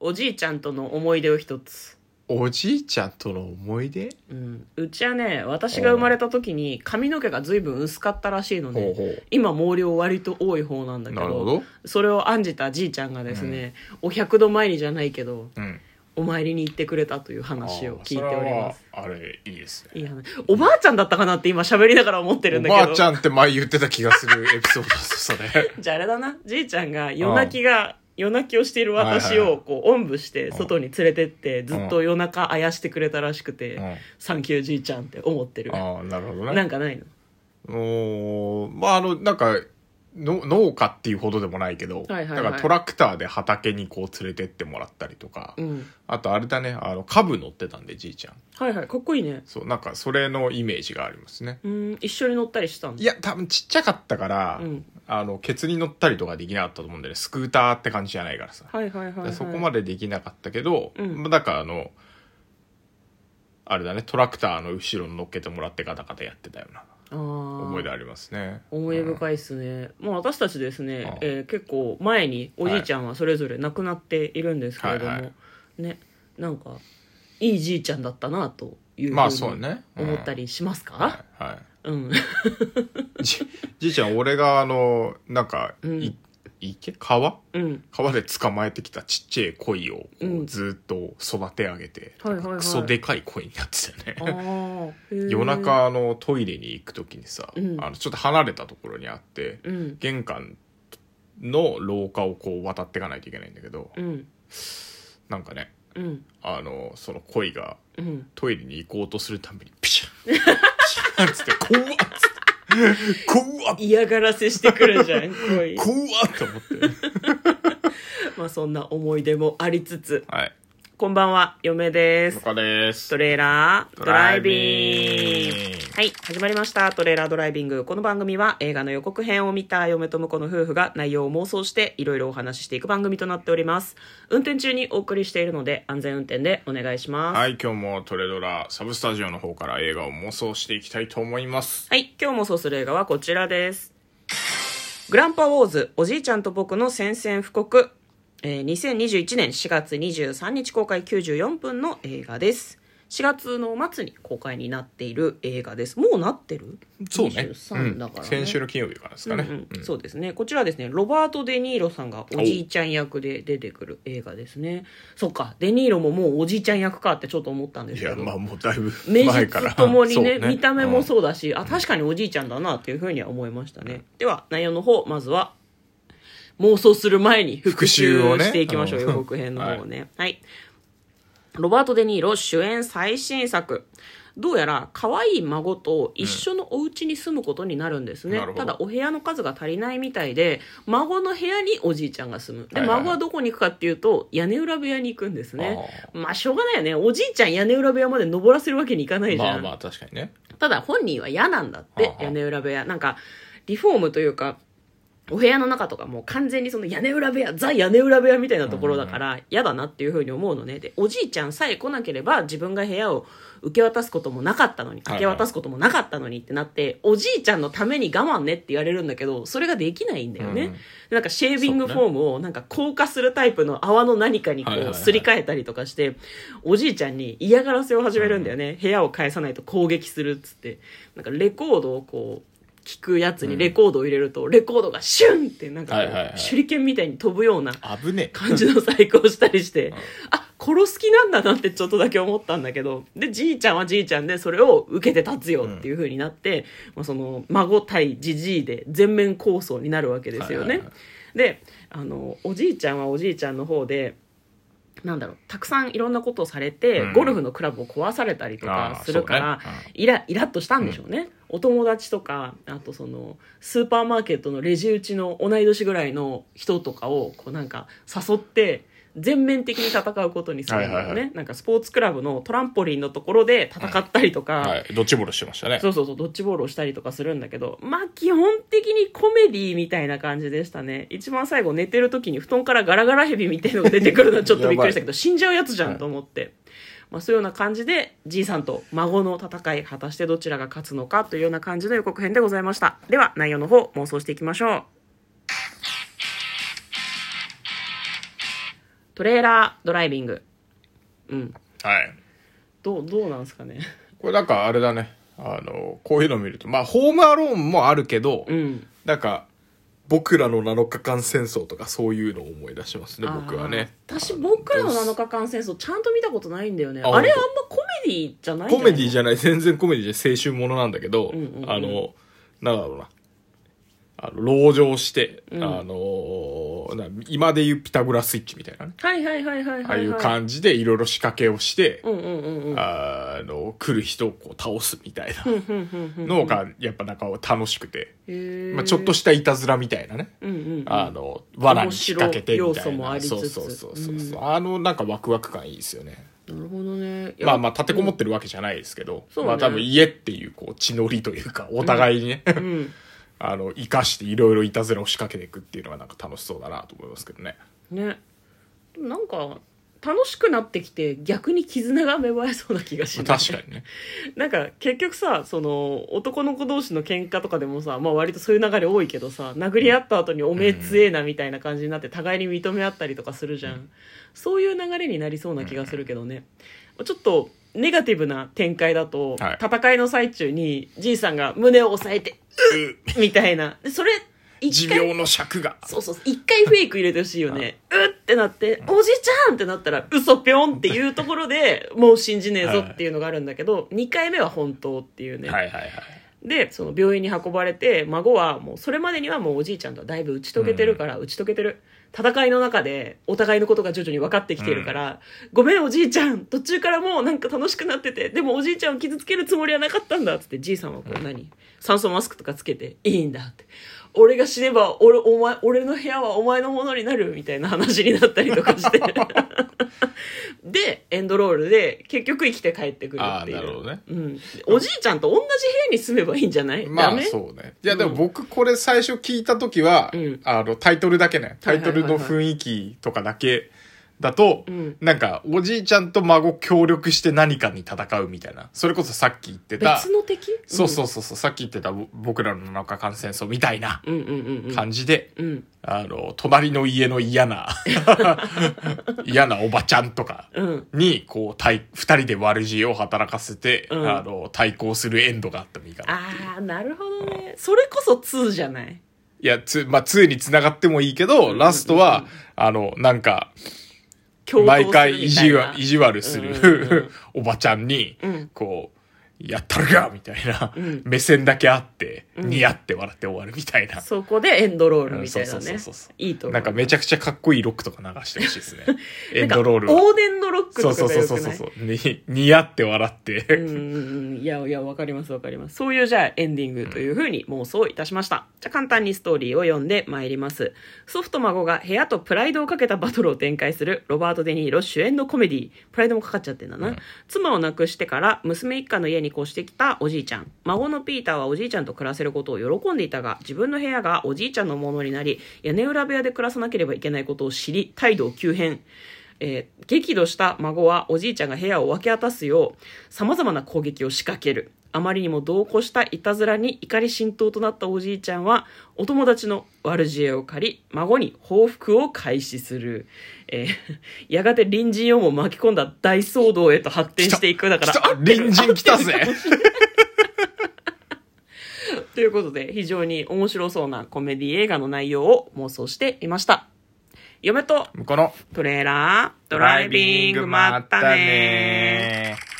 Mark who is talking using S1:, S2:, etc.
S1: おじいちゃんとの思い出を一つ。
S2: おじいちゃんとの思い出
S1: うん、うちはね私が生まれた時に髪の毛が随分薄かったらしいので、
S2: ほうほう
S1: 今毛量割と多い方なんだけど
S2: なるほど
S1: それを案じたじいちゃんがですね、お百度参りじゃないけど
S2: うん
S1: お参りに行ってくれたという話を聞いております
S2: あーそれはあれいいですね
S1: いい話おばあちゃんだったかなって今喋りながら思ってるん
S2: お
S1: だけど
S2: ばあちゃんって前言ってた気がするエピソードですそれ
S1: じゃああれだなじいちゃんが夜泣きが夜泣きをしている私
S2: はいはい
S1: をこうおんぶして外に連れてってずっと夜中あやしてくれたらしくて、
S2: うん
S1: サンキューじいちゃんって思ってる
S2: ああなるほど
S1: な
S2: ね
S1: んかないの
S2: おーまああのなんかの農家っていうほどでもないけ
S1: は
S2: ど、
S1: いはいはい
S2: だからトラクターで畑にこう連れてってもらったりとか、
S1: うん
S2: あとあれだねあの株乗ってたんでじいちゃん
S1: はいはいかっこいいね
S2: そうなんかそれのイメージがありますね
S1: うん一緒に乗ったりしたの
S2: いや多分ちっちゃかったから、
S1: うん
S2: あのケツに乗ったりとかできなかったと思うんだよねスクーターって感じじゃないからさ、
S1: はいはいはい、はい、
S2: そこまでできなかったけど、
S1: うん
S2: まあだからあのあれだねトラクターの後ろに乗っけてもらってガタガタやってたような
S1: 思
S2: 思い出ありますね
S1: 思い出
S2: い、
S1: 深いですね、まあ私たちですね
S2: あ、
S1: えー結構前におじいちゃんはそれぞれ亡くなっているんですけれども、
S2: はいはい
S1: ねなんかいいじいちゃんだったなというふ
S2: う
S1: に
S2: んまあそうねうん
S1: 思ったりしますか、
S2: はい、はい
S1: うん、
S2: じじいちゃん俺があのなんか、い
S1: うん
S2: 池川
S1: うん、
S2: 川で捕まえてきたちっちゃい鯉をこう
S1: うん
S2: ずっと育て上げて、
S1: はいはいはい
S2: クソでかい鯉になってた
S1: あ
S2: よね
S1: ーへー
S2: 夜中あのトイレに行く時にさ、
S1: うん
S2: あのちょっと離れたところにあって、
S1: うん
S2: 玄関の廊下をこう渡っていかないといけないんだけど、
S1: うん
S2: なんかね
S1: うん
S2: あのその鯉が
S1: うん
S2: トイレに行こうとするたびにピシャッピシャッつって怖っつって怖っ
S1: 嫌がらせしてくるじゃん恋
S2: 怖っと思って
S1: まあそんな思い出もありつつ
S2: はい
S1: こんばんは嫁です
S2: 向こうです
S1: トレーラードライビング
S2: ドライビング
S1: はい始まりましたトレーラードライビングこの番組は映画の予告編を見た嫁と婿の夫婦が内容を妄想していろいろお話ししていく番組となっております運転中にお送りしているので安全運転でお願いしますは、
S2: はいい今日もトレドラサブスタジオの方から映画を妄想していきたいと思います
S1: 今日もそうする映画はこちらですグランパウォーズおじいちゃんと僕の宣戦布告、えー2021年4月23日公開94分の映画です4月の末に公開になっている映画ですもうなってる23だからね、
S2: 先週の金曜日からですかね、
S1: うんうん
S2: うん
S1: そうですねこちらですねロバート・デ・ニーロさんがおじいちゃん役で出てくる映画ですねそっかデ・ニーロももうおじいちゃん役かってちょっと思ったんです
S2: い
S1: け
S2: や
S1: ど
S2: まあもうだいぶ
S1: 名
S2: 前から
S1: 実ともにね
S2: そう
S1: 見た目も
S2: う
S1: そうだし、あ確かにおじいちゃんだなっていうふうには思いましたね、では内容の方まずは妄想する前に復習
S2: 復習をね
S1: していきましょう、
S2: うん
S1: 予告編の方をねはい、ロバート・デ・ニーロ主演最新作どうやら可愛い孫と一緒のお家に住むことになるんですね、
S2: なるほど
S1: ただお部屋の数が足りないみたいで孫の部屋におじいちゃんが住むで、
S2: はいはいはい
S1: 孫はどこに行くかっていうと屋根裏部屋に行くんですね
S2: あ
S1: まあしょうがないよねおじいちゃん屋根裏部屋まで登らせるわけにいかないじゃん
S2: ま、あまあ確かにね
S1: ただ本人は嫌なんだって、
S2: はあはあ
S1: 屋根裏部屋なんかリフォームというかお部屋の中とかもう完全にその屋根裏部屋ザ屋根裏部屋みたいなところだから嫌だなっていうふうに思うのねでおじいちゃんさえ来なければ自分が部屋を受け渡すこともなかったのに
S2: はいは
S1: 受け
S2: い
S1: 渡すこともなかったのにってなって、おじいちゃんのために我慢ねって言われるんだけどそれができないんだよね、
S2: うん
S1: でなんかシェービングフォームをなんか硬化するタイプの泡の何かにこ
S2: はいはいうはい
S1: すり替えたりとかしておじいちゃんに嫌がらせを始めるんだよね、部屋を返さないと攻撃するっつってなんかレコードをこう聞くやつにレコードを入れると、レコードがシュンってなんかこう、
S2: はいはいはい
S1: 手裏剣みたいに飛ぶような
S2: 危ねえ
S1: 感じの細工をしたり して、あ殺す気なんだなってちょっとだけ思ったんだけどでじいちゃんはじいちゃんでそれを受けて立つよっていう風になって、まあ、その孫対じじいで全面抗争になるわけですよね。
S2: はいはいは
S1: であのおじいちゃんはおじいちゃんの方でなんだろうたくさんいろんなことをされて、
S2: うん
S1: ゴルフのクラブを壊されたりと
S2: あ
S1: か
S2: ー
S1: するから、
S2: そうね
S1: イライラッとしたんでしょうね、お友達とかあとそのスーパーマーケットのレジ打ちの同い年ぐらいの人とかをこうなんか誘って全面的に戦うことにするんだよね、
S2: はいはいは
S1: なんかスポーツクラブのトランポリンのところで戦ったりとか、
S2: はいドッジボールしてましたね
S1: そうそうそうドッジボールをしたりとかするんだけどまあ基本的にコメディみたいな感じでしたね一番最後寝てる時に布団からガラガラヘビみたいのが出てくるのはちょっとびっくりしたけど死んじゃ うやつじゃんと思って、まあ、そういうような感じでじいさんと孫の戦い果たしてどちらが勝つのかというような感じの予告編でございましたでは内容の方妄想していきましょうトレーラードライビングうん
S2: はい。
S1: どうどうなんですかね
S2: これなんかあれだね。あの、こういうの見ると、まあ、ホームアローンもあるけど、
S1: うん
S2: なんか、僕らの7日間戦争とかそういうのを思い出しますね、僕はね。
S1: あー私僕らの7日間戦争ちゃんと見たことないんだよねあれあ
S2: あ
S1: んまコメディじゃないん
S2: コメディじ
S1: ゃ
S2: ゃない、全然コメディじゃない、青春ものなんだけど、
S1: んうんうん
S2: あの、なんだろうな。あの、籠城して、
S1: うん
S2: あのな今で言うピタゴラスイッチみたいなね。
S1: ないはいはいはいはい
S2: あ
S1: は
S2: あ
S1: い、はい
S2: い、う感じでいろいろ仕掛けをして、
S1: うんうんうんうん
S2: あの、来る人をこう倒すみたいな
S1: ふんふんふん
S2: のが、やっぱなんか楽しくて、
S1: へー
S2: まあちょっとしたいたずらみたいなね。
S1: うんうんうん
S2: あの、罠に仕掛けてみたいな。
S1: 面白い要素もありつつ
S2: そうそうそうそうそう、あの、なんかワクワク感いいですよね。
S1: なるほどね
S2: まあまあ、立てこもってるわけじゃないですけど、
S1: そうね
S2: まあ多分家っていう、こう、血のりというか、お互いにね、
S1: あうん
S2: あの、生かしていろいろいたずらを仕掛けていくっていうのがなんか楽しそうだなと思いますけどね。
S1: ねでもなんか楽しくなってきて逆に絆が芽生えそうな気がし
S2: まあ
S1: ない
S2: 確かにね。
S1: なんか結局さその男の子同士の喧嘩とかでもさ、まあ、割とそういう流れ多いけどさ殴り合った後に「おめえ強えな」みたいな感じになって互いに認め合ったりとかするじゃん、そういう流れになりそうな気がするけどね、ちょっとネガティブな展開だと、
S2: はい
S1: 戦いの最中にじいさんが胸を押さえて「うっ!」みたいなでそれ
S2: 持
S1: 一回
S2: 病の尺が。
S1: そうそう一回フェイク入れてほしいよ ねうってなって「おじちゃん!」ってなったら「嘘ぴょん!」っていうところでもう信じねえぞっていうのがあるんだけど2回目は本当っていうね、
S2: はいはいはい。
S1: でその病院に運ばれて孫はもうそれまでにはもうおじいちゃんとはだいぶ打ち解けてるから、打ち解けてる戦いの中でお互いのことが徐々に分かってきてるから、ごめんおじいちゃん途中からもうなんか楽しくなっててでもおじいちゃんを傷つけるつもりはなかったんだっつってじいさんはこう何、酸素マスクとかつけていいんだって俺が死ねば俺お前俺の部屋はお前のものになるみたいな話になったりとかして でエンドロールで結局生きて帰ってくる
S2: あ
S1: っ
S2: あ、
S1: ていう
S2: なるほどね。
S1: うん、おじいちゃんと同じ部屋に住めばいいんじゃない、
S2: ま
S1: ダ
S2: あ
S1: メ
S2: そうね。いやでも僕これ最初聞いた時は、
S1: うん
S2: あのタイトルだけね。タイトル
S1: はい
S2: の
S1: はいはい
S2: 雰囲気とかだけだと、
S1: うん
S2: なんかおじいちゃんと孫協力して何かに戦うみたいな。それこそさっき言ってた、
S1: 別の敵
S2: そうそうそうそう、さっき言ってたぼ僕らの7日間戦争みたいな
S1: うんうんうんうん
S2: 感じで、
S1: うん
S2: あの、隣の家の嫌な、 嫌なおばちゃんとか。
S1: うん
S2: に、こう、対、二人で悪知恵を働かせて、
S1: うん
S2: あの、対抗するエンドがあったもいいかな。
S1: ああなるほどねそれこそ2じゃない
S2: いや、つ、まあ、2に繋がってもいいけど、ラストは、あの、なんか、
S1: 共闘するみ
S2: 毎
S1: たいな
S2: 回意地悪、意地悪す
S1: うんうん
S2: るおばちゃんに
S1: うん、
S2: こう、やったるかみたいな
S1: うん、
S2: 目線だけあって、ニヤって笑って終わるみたいな。
S1: そこでエンドロールみたいな
S2: うんそうそう
S1: ね
S2: そうそう
S1: いいと思
S2: な
S1: うん
S2: かめちゃくちゃかっこいいロックとか流してほしいですね。エン
S1: なん
S2: ド
S1: か
S2: ロールは。
S1: 往年のロック
S2: そ
S1: と
S2: うそ
S1: か
S2: う
S1: が
S2: そう
S1: よ
S2: そう
S1: く
S2: そ。
S1: ないう
S2: に、にやって笑って。
S1: うんうんうんいやいやわかりますわかりますそういうじゃあエンディングというふうに妄想いたしましたじゃあ簡単にストーリーを読んでまいります祖父と孫が部屋とプライドをかけたバトルを展開するロバート・デ・ニーロ主演のコメディプライドもかかっちゃってんだな、妻を亡くしてから娘一家の家に越してきたおじいちゃん孫のピーターはおじいちゃんと暮らせることを喜んでいたが自分の部屋がおじいちゃんのものになり屋根裏部屋で暮らさなければいけないことを知り態度を急変えー激怒した孫はおじいちゃんが部屋を分け渡すよう様々な攻撃を仕掛けるあまりにも同行したいたずらに怒り心頭となったおじいちゃんはお友達の悪知恵を借り孫に報復を開始する、えーやがて隣人をも巻き込んだ大騒動へと発展していくだから
S2: 来た隣人来たぜ
S1: ということで、非常に面白そうなコメディ映画の内容を妄想していました。嫁と
S2: 向こうの、
S1: トレーラー、ドライビング、まったね
S2: ー。